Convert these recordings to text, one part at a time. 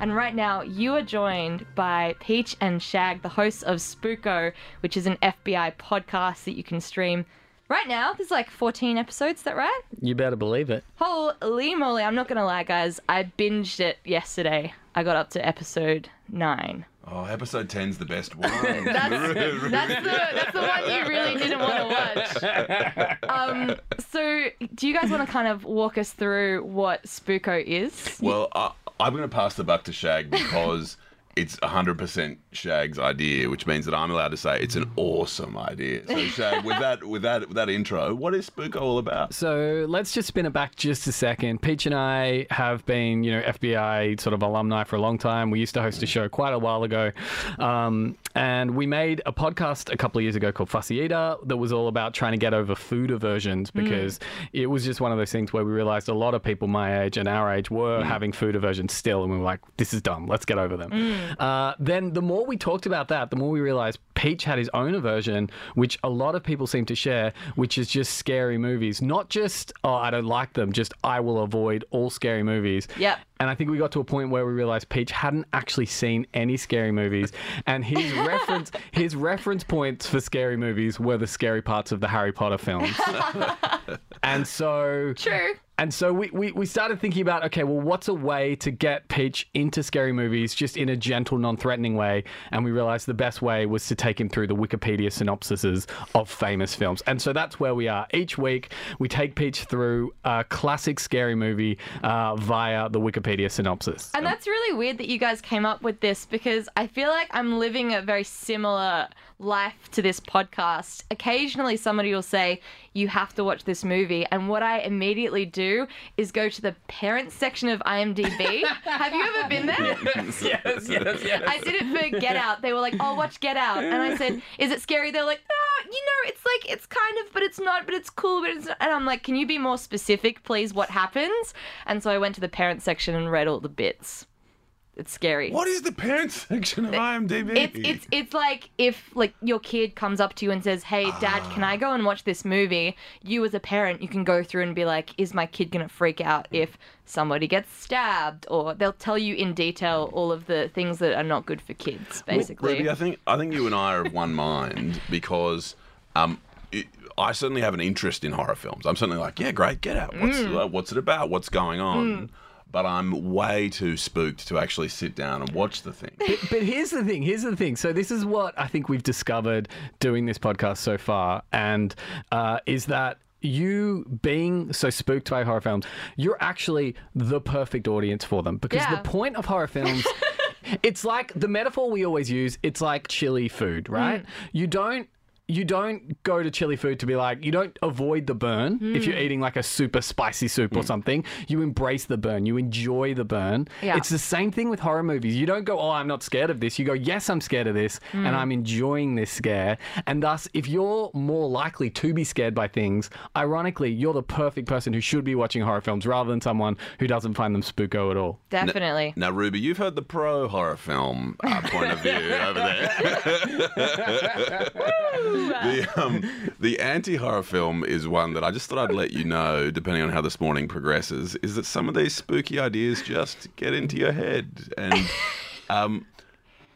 And right now, you are joined by Peach and Shag, the hosts of Spooko, which is an FBI podcast that you can stream right now. There's like 14 episodes, is that right? You better believe it. Holy moly, I'm not gonna lie, guys. I binged it yesterday. I got up to episode nine. Oh, episode 10's the best one. That's the, that's the one you really didn't want to watch. Um, so, do you guys want to kind of walk us through what Spooko is? Well, I, I'm going to pass the buck to Shag because it's 100% Shag's idea, which means that I'm allowed to say it's an awesome idea. So, Shag, with that, with that, with that intro, what is Spook all about? So let's just spin it back just a second. Peach and I have been, you know, FBI sort of alumni for a long time. We used to host a show quite a while ago. Um, and we made a podcast a couple of years ago called Fussy Eater that was all about trying to get over food aversions because it was just one of those things where we realized a lot of people my age and our age were having food aversions still. And we were like, this is dumb. Let's get over them. Uh, then the more we talked about that, the more we realized Peach had his own aversion, which a lot of people seem to share, which is just scary movies. Not just, oh, I don't like them, just I will avoid all scary movies. Yep. And I think we got to a point where we realized Peach hadn't actually seen any scary movies, and his reference his reference points for scary movies were the scary parts of the Harry Potter films. and so True. and so we, we, we started thinking about okay, well, what's a way to get Peach into scary movies just in a gentle, non threatening way? And we realized the best way was to take him through the Wikipedia synopsises of famous films. And so that's where we are. Each week, we take Peach through a classic scary movie uh, via the Wikipedia synopsis. And that's really weird that you guys came up with this because I feel like I'm living a very similar life to this podcast. Occasionally, somebody will say, You have to watch this movie. And what I immediately do is go to the parents section of IMDb. have you ever been there? yes, yes, yes. I did it for Get Out. They were like, "Oh, watch Get Out," and I said, "Is it scary?" They're like, "Ah, you know, it's like it's kind of, but it's not, but it's cool, but it's." Not. And I'm like, "Can you be more specific, please? What happens?" And so I went to the parent section and read all the bits. It's scary. What is the parents section of IMDb? It's it's it's like if like your kid comes up to you and says, "Hey, Dad, can I go and watch this movie?" You as a parent, you can go through and be like, "Is my kid gonna freak out if somebody gets stabbed?" Or they'll tell you in detail all of the things that are not good for kids, basically. Ruby, I think I think you and I are of one mind because um, it, I certainly have an interest in horror films. I'm certainly like, yeah, great, get out. What's uh, what's it about? What's going on? But I'm way too spooked to actually sit down and watch the thing. But- but here's the thing. Here's the thing. So this is what I think we've discovered doing this podcast so far, and uh, is that you being so spooked by horror films, you're actually the perfect audience for them because Yeah. the point of horror films. It's like the metaphor we always use. It's like chili food, right? You don't you don't go to chili food to be like you don't avoid the burn if you're eating like a super spicy soup or something. You embrace the burn. You enjoy the burn. Yeah. It's the same thing with horror movies. You don't go, "Oh, I'm not scared of this." You go, "Yes, I'm scared of this, and I'm enjoying this scare." And thus, if you're more likely to be scared by things, ironically, you're the perfect person who should be watching horror films rather than someone who doesn't find them spooko at all. Definitely. Now, Ruby, you've heard the pro horror film uh, point of view over there. the um, the anti horror film is one that I just thought I'd let you know, depending on how this morning progresses, is that some of these spooky ideas just get into your head. And um,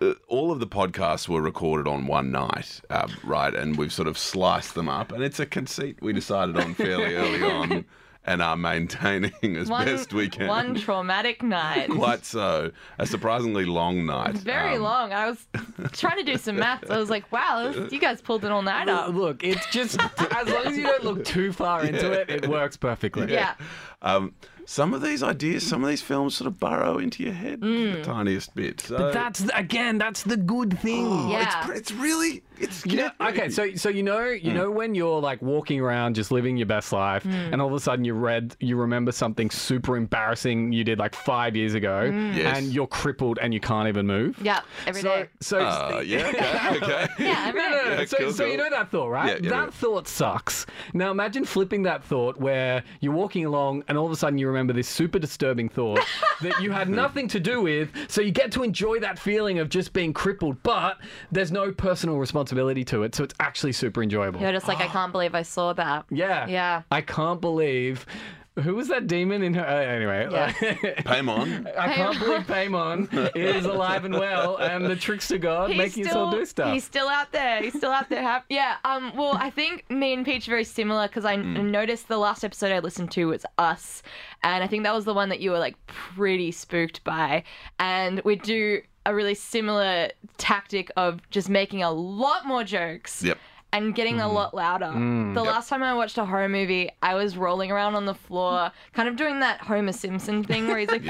uh, all of the podcasts were recorded on one night, uh, right? And we've sort of sliced them up. And it's a conceit we decided on fairly early on. and are maintaining as One, best we can. one traumatic night. Quite so. A surprisingly long night. Very Um, long. I was trying to do some maths. I was like, wow, this- you guys pulled an all nighter. Look, it's just as long as you don't look too far into it, it works perfectly. Yeah. Um, some of these ideas, some of these films sort of burrow into your head the tiniest bit. So But that's again, that's the good thing. Yeah. But it's really, it's You know, scary. okay, so so you know you know when you're like walking around just living your best life, Mm. and all of a sudden you read you remember something super embarrassing you did like five years ago, Yes. and you're crippled and you can't even move. Mm. Yeah. Every so day. so Uh, yeah, okay, okay. Yeah, every No, day. no, no. Yeah, so, cool, so you cool. know that thought, right? Yeah, yeah, that yeah. thought sucks. Now imagine flipping that thought where you're walking along and all of a sudden you remember this super disturbing thought that you had nothing to do with. So you get to enjoy that feeling of just being crippled, but there's no personal responsibility to it. So it's actually super enjoyable. You're just like, I can't believe I saw that. Yeah. Yeah. I can't believe. Who was that demon in her? Uh, anyway, like, Paimon. I can't believe Paimon is alive and well and the trickster god making us all do stuff. He's still out there. He's still out there. Hap- yeah. Um. Well, I think me and Peach are very similar because I n- Mm. noticed the last episode I listened to was Us, and I think that was the one that you were like pretty spooked by, and we do a really similar tactic of just making a lot more jokes. Yep. And getting a lot louder. The last time I watched a horror movie, I was rolling around on the floor, kind of doing that Homer Simpson thing where he's like,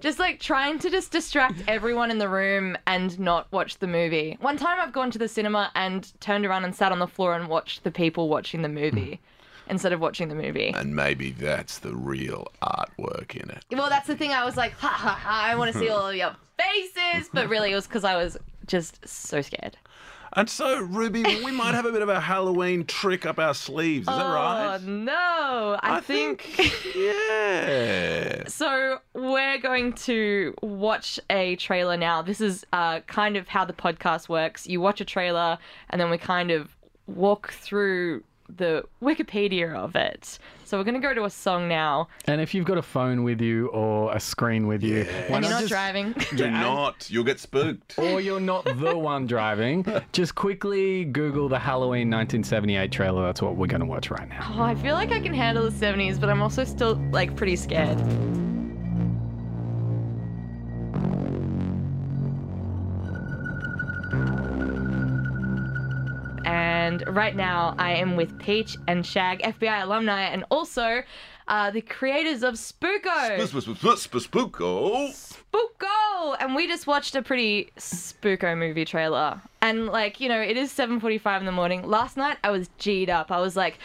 just like trying to just distract everyone in the room and not watch the movie. One time I've gone to the cinema and turned around and sat on the floor and watched the people watching the movie instead of watching the movie. And maybe that's the real artwork in it. Well, that's the thing. I was like, ha ha ha, I want to see all of your faces. But really, it was because I was just so scared. And so, Ruby, we might have a bit of a Halloween trick up our sleeves. Is that right? Oh, no. I, think... yeah. So we're going to watch a trailer now. This is uh, kind of how the podcast works. You watch a trailer, and then we kind of walk through the Wikipedia of it. So we're going to go to a song now. And if you've got a phone with you or a screen with you, why And you're not just- driving. Do not. You'll get spooked. or you're not the one driving, just quickly Google the Halloween 1978 trailer. That's what we're going to watch right now. oh, I feel like I can handle the 70s, but I'm also still like pretty scared. And right now, I am with Peach and Shag, FBI alumni, and also uh, the creators of Spooko. Spook, spook, spook, spook, spook. Oh. Spooko! And we just watched a pretty Spooko movie trailer. And, like, you know, it is 7.45 in the morning. Last night, I was G'd up. I was like,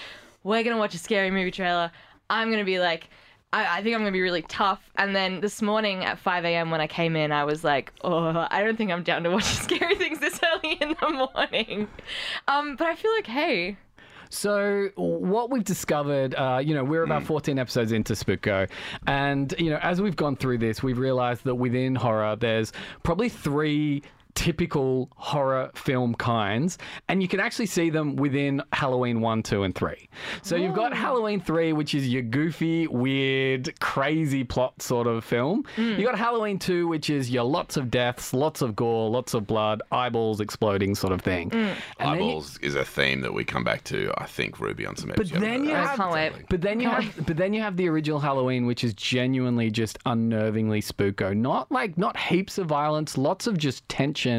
we're going to watch a scary movie trailer. I'm going to be, like... I, I think I'm gonna be really tough. And then this morning at 5 a.m. when I came in, I was like, "Oh, I don't think I'm down to watch scary things this early in the morning." Um, but I feel okay. So, what we've discovered, uh, you know, we're about 14 episodes into Spooko. And, you know, as we've gone through this, we've realized that within horror, there's probably three typical horror film kinds and you can actually see them within Halloween 1, 2 and 3. So you've got Halloween 3 which is your goofy, weird, crazy plot sort of film. You got Halloween 2 which is your lots of deaths, lots of gore, lots of blood, eyeballs exploding sort of thing. And then you- Eyeballs is a theme that we come back to, I think, Ruby, on some episodes. then you I have- can't wait. But then you have, but then you have the original Halloween, which is genuinely just unnervingly spooko. Not like not heaps of violence, lots of just tension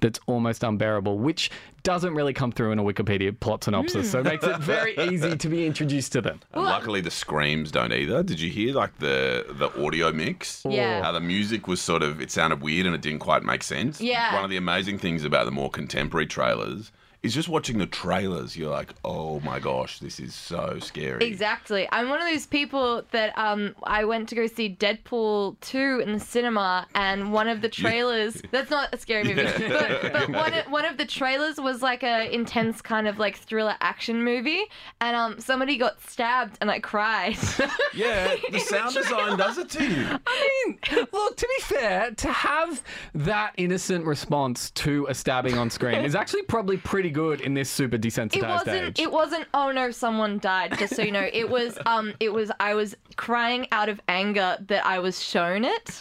that's almost unbearable, which doesn't really come through in a Wikipedia plot synopsis. So it makes it very easy to be introduced to them. And luckily, the screams don't either. Did you hear like the the audio mix? Oh. Yeah. How the music was sort of it sounded weird and it didn't quite make sense. Yeah. One of the amazing things about the more contemporary trailers is just watching the trailers. You're like, oh my gosh, this is so scary. Exactly. I'm one of those people that um I went to go see Deadpool 2 in the cinema and one of the trailers that's not a scary movie. But, but one of, one of the trailers was like a intense kind of like thriller action movie and um somebody got stabbed and I cried. Yeah. The sound design does it to you. I didn't. Look, to be fair, to have that innocent response to a stabbing on screen is actually probably pretty good in this super desensitized It wasn't. age. It wasn't. Oh no, someone died. Just so you know, it was. Um, it was. I was crying out of anger that I was shown it.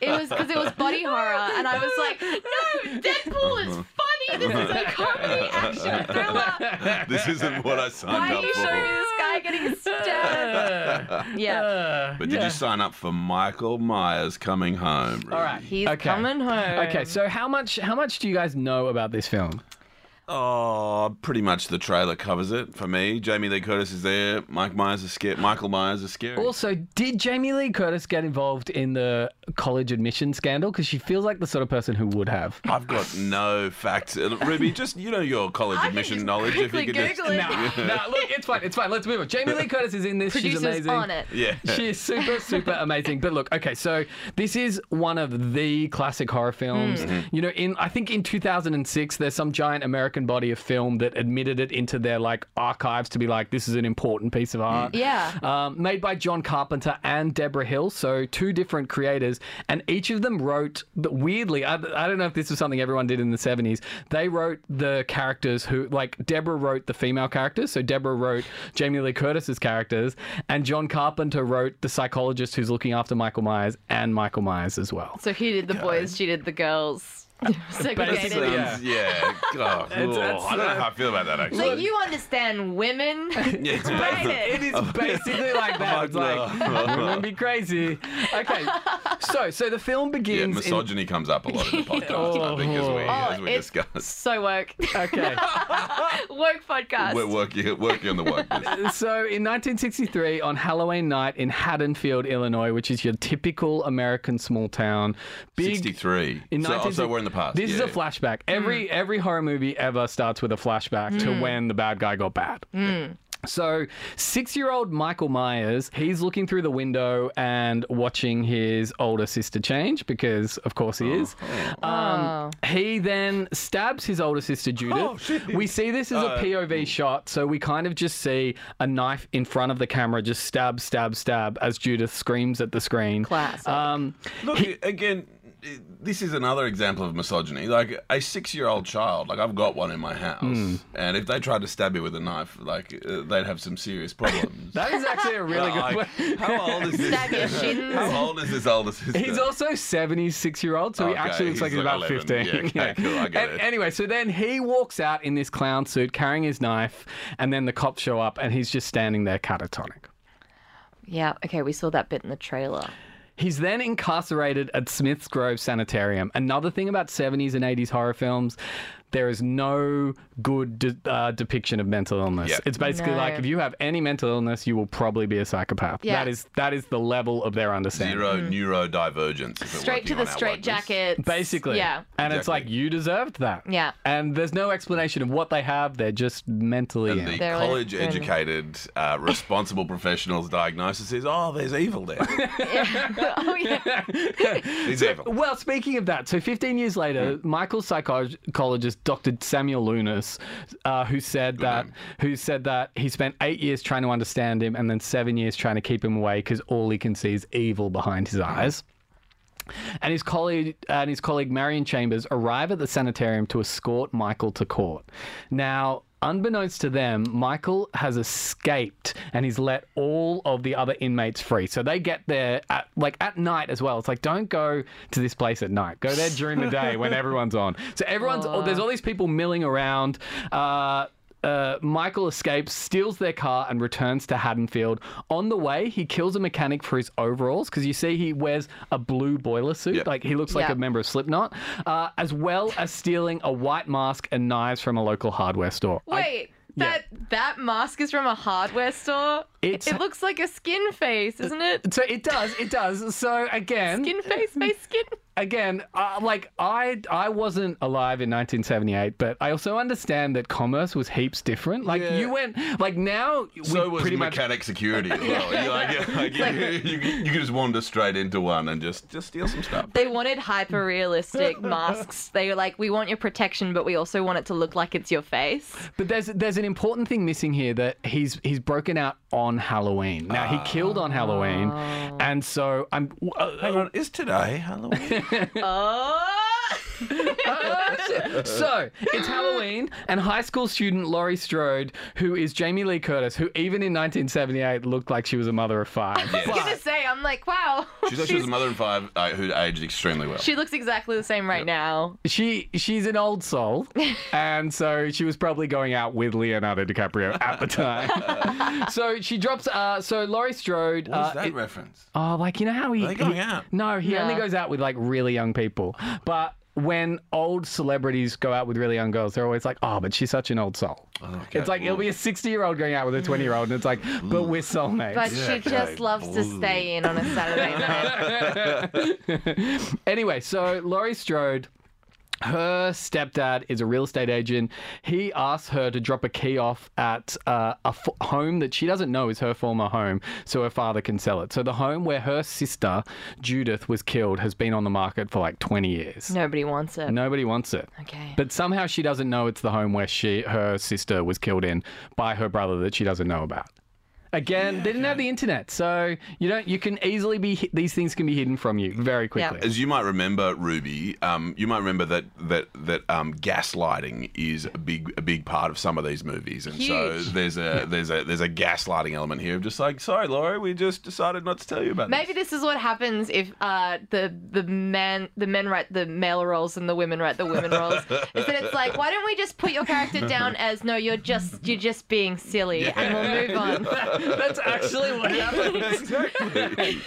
it was because it was body horror, and I was like, no, Deadpool Uh-huh. is funny. This is a comedy action thriller. This isn't what I signed Why are up you for. showing this guy getting stabbed? Yeah, But did Yeah. you sign up for Michael Myers coming home? Ruby? All right. he's okay. coming home. Okay, so how much how much do you guys know about this film? Oh, pretty much the trailer covers it for me. Jamie Lee Curtis is there. Mike Myers is scared. Michael Myers is scary. Also, did Jamie Lee Curtis get involved in the college admission scandal? Because she feels like the sort of person who would have. I've got no facts. Uh, Ruby, just, you know, your college can admission just knowledge. If you quickly could Google it. just. No, no, look, it's fine, it's fine. Let's move on. Jamie Lee Curtis is in this. She's Producers amazing. on it. Yeah. She is super, super amazing. But look, okay, so this is one of the classic horror films. You know, in I think in 2006, there's some giant American body of film that admitted it into their like archives to be like, this is an important piece of art. Yeah. Um, made by John Carpenter and Deborah Hill, so two different creators, and each of them wrote. But weirdly, I, I don't know if this was something everyone did in the 70s. They wrote the characters who, like Deborah wrote the female characters, so Deborah wrote Jamie Lee Curtis's characters, and John Carpenter wrote the psychologist who's looking after Michael Myers and Michael Myers as well. So he did the boys, she did the girls. That Segregated. Uh, Basically, yeah. sounds, yeah. God, oh, that's- I don't know how I feel about that, actually. So you understand women? Yeah. Write It it. is basically like that. It's like, wouldn't be crazy. Okay, so so the film Yeah, begins. in- misogyny comes up a lot in the podcast, I think, as we, Oh, as we it's discussed. so woke. okay. woke podcast. We're working, working on the work. So in 1963, on Halloween night in Haddonfield, Illinois, which is your typical American small town, big. 63. In so, oh, 1960 so we're in the past. This is yeah. a flashback. Every every horror movie ever starts with a flashback to when the bad guy got bad. So, six year old Michael Myers, he's looking through the window and watching his older sister change because, of course, he is. Oh, Um, he then stabs his older sister, Judith. Oh, we see this as Uh, a POV shot, so we kind of just see a knife in front of the camera just stab, stab, stab as Judith screams at the screen. Classic. Um, Look again. This is another example of misogyny. Like a six-year-old child, like I've got one in my house, Hmm. and if they tried to stab me with a knife, like uh, they'd have some serious problems. that is actually a really Like, good way. how old is Stab your this? shins. how old is this older sister? He's also 76 year old, so he Okay, actually looks he's like he's like about 11. 15. Yeah, okay, cool, I get An- it. Anyway, so then he walks out in this clown suit carrying his knife, and then the cops show up, and he's just standing there catatonic. yeah, okay, we saw that bit in the trailer. He's then incarcerated at Smith's Grove Sanitarium. Another thing about 70s and 80s horror films, there is no good de- uh, depiction of mental illness. Yeah. It's basically No. like if you have any mental illness, you will probably be a psychopath. Yeah. That is that is the level of their understanding. zero neurodivergence. if it Straight weren't to you the on our straight whitelist. jacket. Basically. Yeah. And it's Exactly. like, you deserved that. Yeah. And there's no explanation of what they have. They're just mentally. And ill. the They're like- college-educated, uh, responsible professionals' diagnosis is, "Oh, there's evil there. oh yeah. There's evil." Well, speaking of that, so 15 years later, Michael's psychologist, Dr. Samuel Lunas, uh, who said that, who said that he spent eight years trying to understand him and then seven years trying to keep him away because all he can see is evil behind his eyes. And his colleague and his colleague Marion Chambers arrive at the sanitarium to escort Michael to court. Now. Unbeknownst to them, Michael has escaped and he's let all of the other inmates free. So they get there at like at night as well. It's like don't go to this place at night. Go there during the day when everyone's on. So everyone's oh, there's all these people milling around. Uh, uh, Michael escapes, steals their car, and returns to Haddonfield. On the way, he kills a mechanic for his overalls because you see he wears a blue boiler suit, Yep. like he looks like Yeah. a member of Slipknot, uh, as well as stealing a white mask and knives from a local hardware store. I- Wait. yeah. That that mask is from a hardware store. It's- it looks like a skin face, isn't it? so it does, it does. So again, Skin face, face skin. again, uh, like I, I wasn't alive in 1978, but I also understand that commerce was heaps different. Like Yeah. you went, like now we So was pretty much mechanic security as well. You're like, yeah, like, you, you, you could just wander straight into one and just just steal some stuff. They wanted hyper realistic masks. They were like, we want your protection, but we also want it to look like it's your face. But there's there's an important thing missing here that he's he's broken out on on Halloween. Now he killed on Halloween, and so I'm. Ah. uh, Hang on, is today Halloween? Oh. so it's Halloween, and high school student Laurie Strode, who is Jamie Lee Curtis, who even in 1978 looked like she was a mother of five. I was gonna say, I'm like, wow. She's actually was a mother of five uh, who aged extremely well. she looks exactly the same right now. She she's an old soul, and so she was probably going out with Leonardo DiCaprio at the time. so she drops. Uh, so Laurie Strode. What uh, is that it- reference? oh, like you know how he Are they going he- out? No, he No. only goes out with like really young people, but. When old celebrities go out with really young girls, they're always like, "Oh, but she's such an old soul." okay. It's like it'll be a sixty-year-old going out with a twenty-year-old, and it's like, "But we're soulmates." But she okay. just loves to Ooh. stay in on a Saturday night. anyway, so Laurie Strode. Her stepdad is a real estate agent. He asks her to drop a key off at uh, a f- home that she doesn't know is her former home so her father can sell it. So, the home where her sister, Judith, was killed has been on the market for like 20 years. Nobody wants it. Nobody wants it. Okay. But somehow she doesn't know it's the home where she, her sister was killed in by her brother that she doesn't know about. Again, they didn't have the internet, so you don't. You can easily be hi- these things can be hidden from you very quickly. As you might remember, Ruby, um, you might remember that that that um, gaslighting is a big a big part of some of these movies, and so Huge. there's a there's a there's a gaslighting element here of just like, sorry, Laura, we just decided not to tell you about Maybe this. this is what happens if uh, the the men the men write the male roles and the women write the women roles. Is that it's like, why don't we just put your character down as no, you're just you're just being silly, and we'll move on. That's actually what happened. exactly.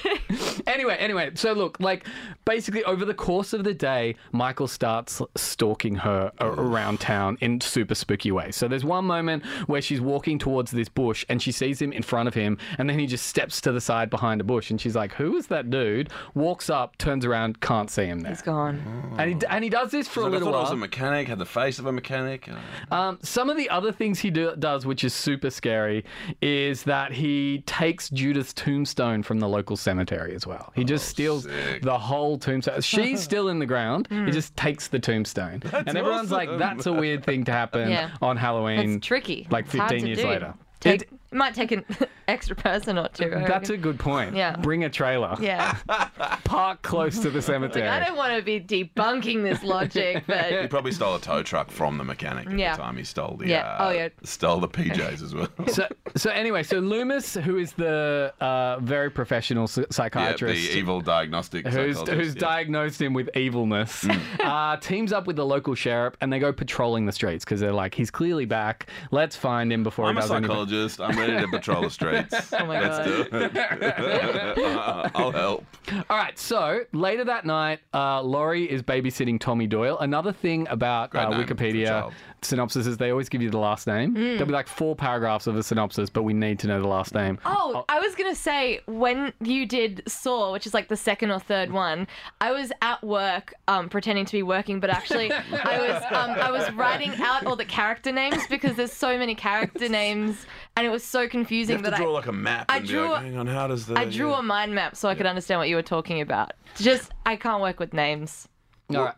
Anyway, anyway, so look, like basically over the course of the day, Michael starts stalking her a- around town in super spooky ways. So there's one moment where she's walking towards this bush and she sees him in front of him, and then he just steps to the side behind a bush, and she's like, "Who is that dude?" Walks up, turns around, can't see him there, It's gone. and he d- and he does this for a Like, I little thought I was while. a mechanic, had the face of a mechanic. uh, and I- Um, some of the other things he do, does, which is super scary, is that he takes Judith's tombstone from the local cemetery as well. He just steals Oh, sick. the whole tombstone. She's still in the ground. Hmm. He just takes the tombstone, and everyone's like, awesome. "That's a weird thing to happen Yeah. on It's Halloween." tricky. Like It's hard 15 to years do. later. Take, It- it might take an extra person or two. I That's reckon. a good point. Yeah. Bring a trailer. yeah. Park close to the cemetery. I don't want to be debunking this logic, He but probably stole a tow truck from the mechanic at Yeah. the time. He stole the Yeah. uh, Oh, yeah. stole the PJs as well. so, so anyway, so Loomis, who is the uh, very professional s- yeah, the psychiatrist, evil diagnostic who's, psychologist, who's yeah. diagnosed him with evilness, Mm. uh, teams up with the local sheriff and they go patrolling the streets because they're like, he's clearly back. Let's find him before I'm he a does anything. psychologist. I'm ready to patrol the streets. oh my god. I'll help. All right, so later that night, uh, Laurie is babysitting Tommy Doyle. Another thing about Great uh, name for a Wikipedia child. synopsis is they always give you the last name. There'll be like four paragraphs of a synopsis, but we need to know the last name. Oh, I was gonna say when you did Saw, which is like the second or third one, I was at work, um, pretending to be working, but actually I was um, I was writing out all the character names because there's so many character names, and it was so You confusing have to that I. draw like a map. I and be drew a- Like, Hang on, how does the? I drew a mind map so I could understand what you were talking about. Just, I can't work with names. All right.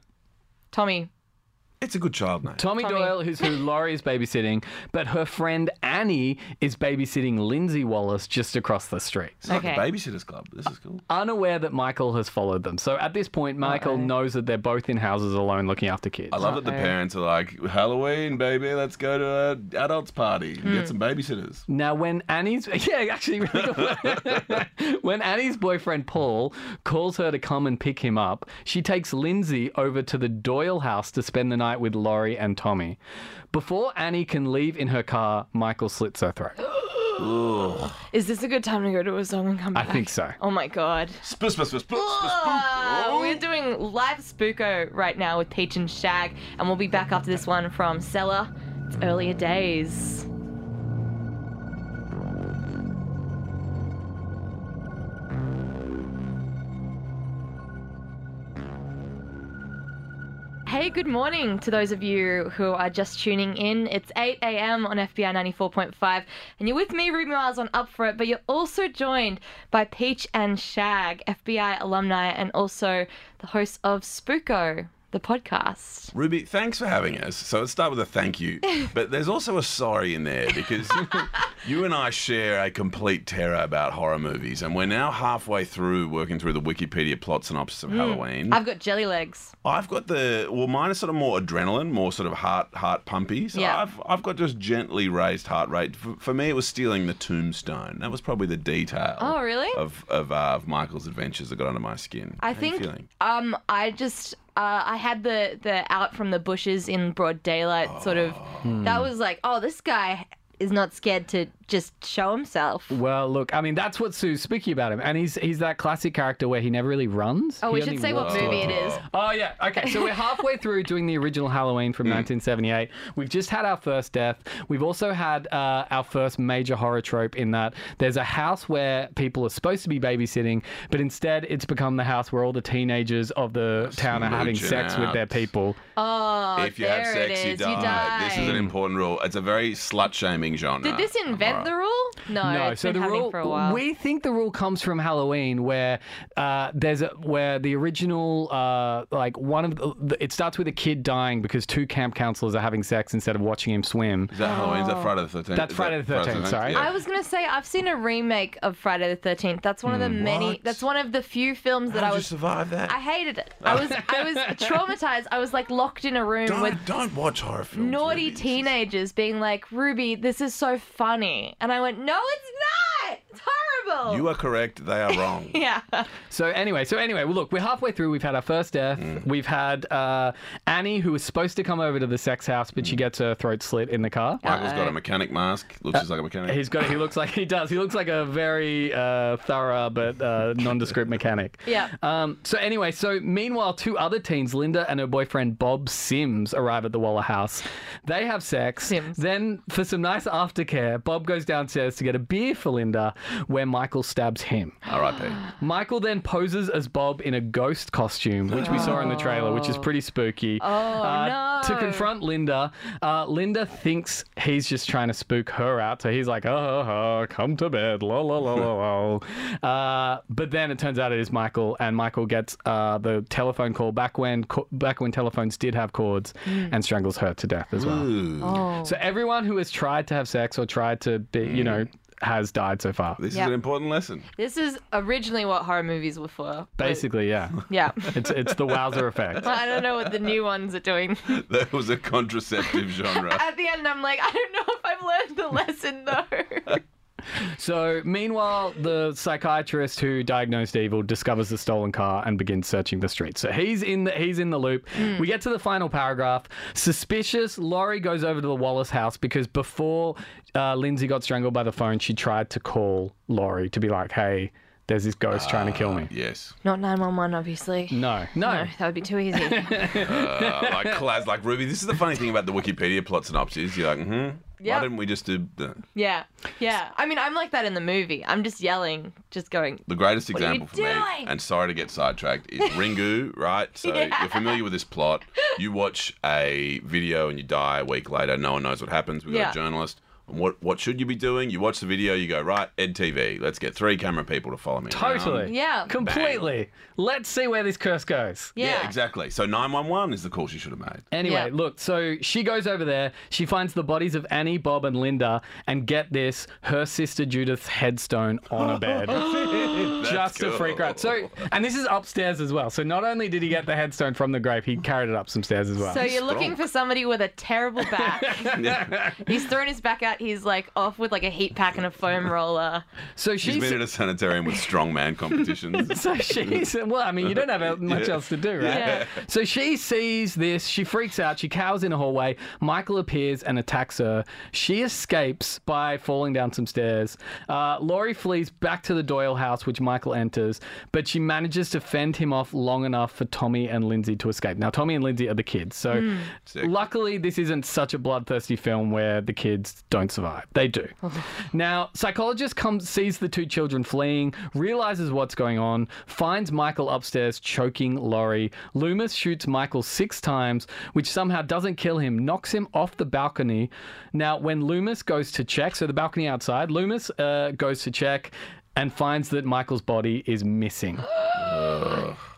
Tommy, It's a good child name. Tommy, Tommy. Doyle, who's who Laurie is babysitting, but her friend Annie is babysitting Lindsay Wallace just across the street. It's like Okay. the Babysitters Club. This is cool. unaware that Michael has followed them. So at this point, Michael knows that they're both in houses alone looking after kids. I Oh, love that the parents are like Halloween, baby. Let's go to an adults party and Hmm. get some babysitters. Now, when Annie's yeah, actually, really good. when Annie's boyfriend Paul calls her to come and pick him up, she takes Lindsay over to the Doyle house to spend the night with Laurie and Tommy. Before Annie can leave in her car, Michael slits her throat. is this a good time to go to a song and come I back? think so. Oh my god. Spoof, spoof, spoof, spoof, spoof, Ah, We're doing live Spooko right now with Peach and Shag, and we'll be back after this one from Cellar. It's earlier days. Hey, good morning to those of you who are just tuning in. It's 8 a.m. on FBI 94.5, and you're with me, Ruby Miles, on Up For It, but you're also joined by Peach and Shag, FBI alumni, and also the hosts of Spooko. the podcast. Ruby, thanks for having us. So let's start with a thank you. But there's also a sorry in there because you and I share a complete terror about horror movies, and we're now halfway through working through the Wikipedia plot synopsis of Halloween. Hmm. I've got jelly legs. I've got the well, mine is sort of more adrenaline, more sort of heart heart pumpy. So Yeah. I've I've got just gently raised heart rate. For, for me, it was stealing the tombstone. That was probably the detail. Oh, really? Of of, uh, of Michael's adventures that got under my skin. How I you think feeling? um I just uh, I had the the out from the bushes in broad daylight sort of that was like oh this guy is not scared to just show himself. Well, look, I mean, that's what's so spooky about him, and he's he's that classic character where he never really runs. Oh, He we should only say what walks to movie a it is. Oh yeah. Okay. So we're halfway through doing the original Halloween from 1978. We've just had our first death. We've also had uh, our first major horror trope in that there's a house where people are supposed to be babysitting, but instead it's become the house where all the teenagers of the town are having Smooching sex with out. their people. Oh, if you have there it sex, is. you die. This is an important rule. It's a very slut shaming genre. Did this invent the rule? No, no, it's so been the happening rule for a while. we think the rule comes from Halloween, where uh, there's a, where the original uh, like one of the, it starts with a kid dying because two camp counselors are having sex instead of watching him swim. Is that Halloween? Is that Friday the Thirteenth? That's Friday the 13th, sorry. Oh. I was gonna say I've seen a remake of Friday the Thirteenth. That's one of the many. Hmm, What? That's one of the few films that I was. survive that? I hated it. I was I was traumatized. I was like locked in a room with don't, don't watch horror films. naughty Ruby. This is- teenagers being like, Ruby, this is so funny. And I went, No, it's not! It's horrible! You are correct. They are wrong. yeah. So anyway, so anyway, well, look, we're halfway through. We've had our first death. Mm. We've had uh, Annie, who was supposed to come over to the sex house, but she Mm. gets her throat slit in the car. Michael's got a mechanic mask. Uh, Looks just like a mechanic. He's got. He looks like he does. He looks like a very uh, thorough but uh, nondescript mechanic. Yeah. Um, so anyway, so meanwhile, two other teens, Linda and her boyfriend Bob Sims, arrive at the Waller house. They have sex. Sims. Then, for some nice aftercare, Bob goes downstairs to get a beer for Linda, where Michael stabs him. R.I.P. Michael then poses as Bob in a ghost costume, which we saw in the trailer, which is pretty spooky. Oh, uh, To no. confront Linda, uh, Linda thinks he's just trying to spook her out. So he's like, oh, oh, oh, come to bed. La, la, la, la, la. Uh, but then it turns out it is Michael, and Michael gets uh, the telephone call back when, co- back when telephones did have cords and strangles her to death as well. Oh. So everyone who has tried to have sex or tried to be, you know, has died so far. This Yeah. is an important lesson. This is originally what horror movies were for. but- Basically, yeah. Yeah. It's, it's the wowzer effect. I don't know what the new ones are doing. That was a contraceptive genre. At the end, I'm like, I don't know if I've learned the lesson though. So, meanwhile, the psychiatrist who diagnosed evil discovers the stolen car and begins searching the streets. So he's in the he's in the loop. Hmm. We get to the final paragraph. Suspicious, Laurie goes over to the Wallace house because before uh, Lindsay got strangled by the phone, she tried to call Laurie to be like, "Hey, there's this ghost trying to kill me." Yes. Not 911, obviously. No, no. Uh, No, Mm. that would be too easy. Uh, like class, like Ruby. This is the funny thing about the Wikipedia plot synopsis. You're like, hmm. Yeah. Why didn't we just do the, yeah. Yeah. I mean, I'm like that in the movie. I'm just yelling, just going, the greatest are you example for me? doing? And sorry to get sidetracked. Is Ringu, right? So Yeah. you're familiar with this plot. You watch a video and you die a week later. No one knows what happens. We got Yeah. a journalist. And what what should you be doing? You watch the video. You go right. Ed TV. Let's get three camera people to follow me. around." Totally. Yeah. Completely. Let's see where this curse goes. Yeah. yeah. exactly. So 911 is the call she should have made. Anyway, Yeah. look, so she goes over there. She finds the bodies of Annie, Bob, and Linda, and get this her sister Judith's headstone on a bed. Just a freak out. So, and this is upstairs as well. So, not only did he get the headstone from the grave, he carried it up some stairs as well. So you're looking for somebody with a terrible back. he's thrown his back out. He's like off with like a heat pack and a foam roller. so She's she's. been at a sanitarium with strongman competitions. so she said, well, I mean, you don't have uh, much else to do, right? Yeah. So she sees this, she freaks out, she cowers in a hallway. Michael appears and attacks her. She escapes by falling down some stairs. Uh, Laurie flees back to the Doyle house, which Michael enters, but she manages to fend him off long enough for Tommy and Lindsay to escape. Now, Tommy and Lindsay are the kids, so luckily, this isn't such a bloodthirsty film where the kids don't survive. They do. now, psychologist comes, sees the two children fleeing, realizes what's going on, finds Michael upstairs choking Laurie. Loomis shoots Michael six times, which somehow doesn't kill him, knocks him off the balcony. Now, when Loomis goes to check, so the balcony outside, Loomis uh, goes to check and finds that Michael's body is missing.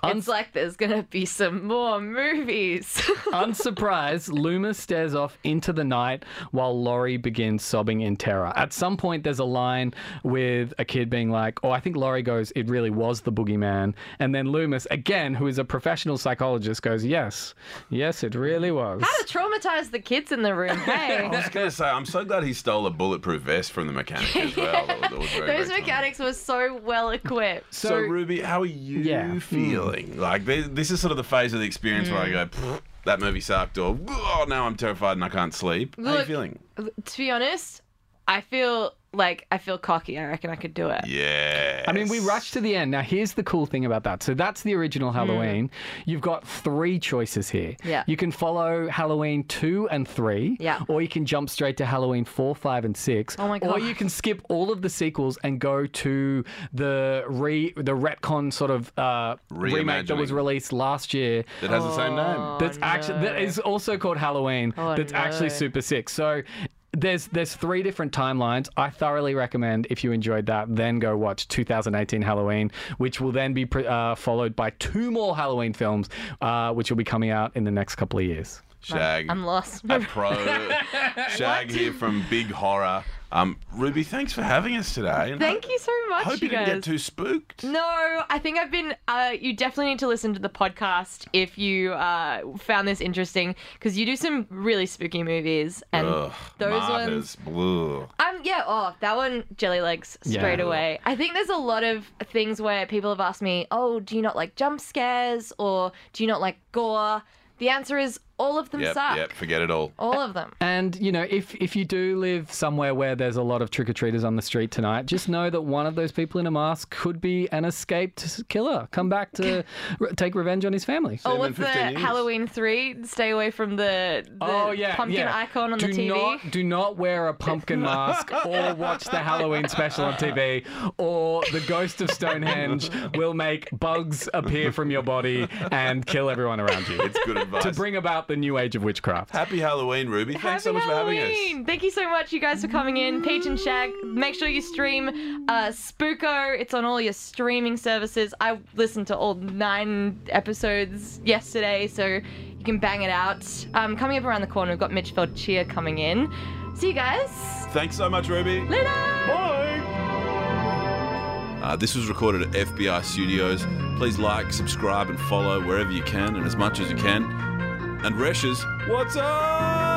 It's like there's gonna be some more movies. Unsurprised, Loomis stares off into the night while Laurie begins sobbing in terror. At some point, there's a line with a kid being like, Oh, I think Laurie goes, It really was the boogeyman. And then Loomis, again, who is a professional psychologist, goes, Yes, yes, it really was. How to traumatize the kids in the room? I Hey, was going to say, I'm so glad he stole a bulletproof vest from the mechanic as well. That was- that was very, very those timely. mechanics were so well equipped. So, Ruby, how are you hmm. Yeah. feeling? Like this, this is sort of the phase of the experience where I go, Mm. "Pfft, that movie sucked, or oh, now I'm terrified and I can't sleep. how are you Look- feeling? To be honest, I feel like I feel cocky. I reckon I could do it. Yeah. I mean, we rushed to the end. Now, here's the cool thing about that. So, that's the original Halloween. You've got three choices here. Hmm. Yeah. You can follow Halloween 2 and 3. Yeah. Or you can jump straight to Halloween 4, 5, and 6. Oh my Or God. you can skip all of the sequels and go to the re the retcon sort of uh, remake that was Reimagining. released last year. It has the same name. That's actually that is also called Halloween. Oh, that's actually no. Super Six. So there's there's three different timelines. I thoroughly recommend if you enjoyed that, then go watch 2018 Halloween, which will then be pre- uh, followed by two more Halloween films, uh, which will be coming out in the next couple of years. Shag. I'm lost. a pro. Shag here from Big Horror. Um, Ruby, thanks for having us today. and Thank you so much, Hope you you didn't guys. get too spooked. No, I think I've been. Uh, you definitely need to listen to the podcast if you uh, found this interesting because you do some really spooky movies and Ugh, those ones. martyrs. Bleh. Um, yeah. Oh, that one, jelly legs straight Yeah. away. I think there's a lot of things where people have asked me, "Oh, do you not like jump scares or do you not like gore?" The answer is all of them Yep, suck. yep, forget it all. All of them. And you know, if if you do live somewhere where there's a lot of trick or treaters on the street tonight, just know that one of those people in a mask could be an escaped killer. Come back to re- take revenge on his family. Oh, in what's the 15 years. Halloween three? Stay away from the, the pumpkin icon on Oh, do the TV. Not, do not wear a pumpkin mask or watch the Halloween special on TV or the ghost of Stonehenge will make bugs appear from your body and kill everyone around you. It's good advice. to bring about the new age of witchcraft. Happy Halloween, Ruby. Thanks so Happy much for having us. Halloween. Thank you so much, you guys, for coming in. Peach and Shag, make sure you stream uh, Spooko. It's on all your streaming services. I listened to all nine episodes yesterday, so you can bang it out. Um, coming up around the corner, we've got Mitch Cheer coming in. See you guys Thanks so much, Ruby. later. Uh, this was recorded at FBI Studios. Please like, subscribe, and follow wherever you can and as much as you can. And Resh's, what's up?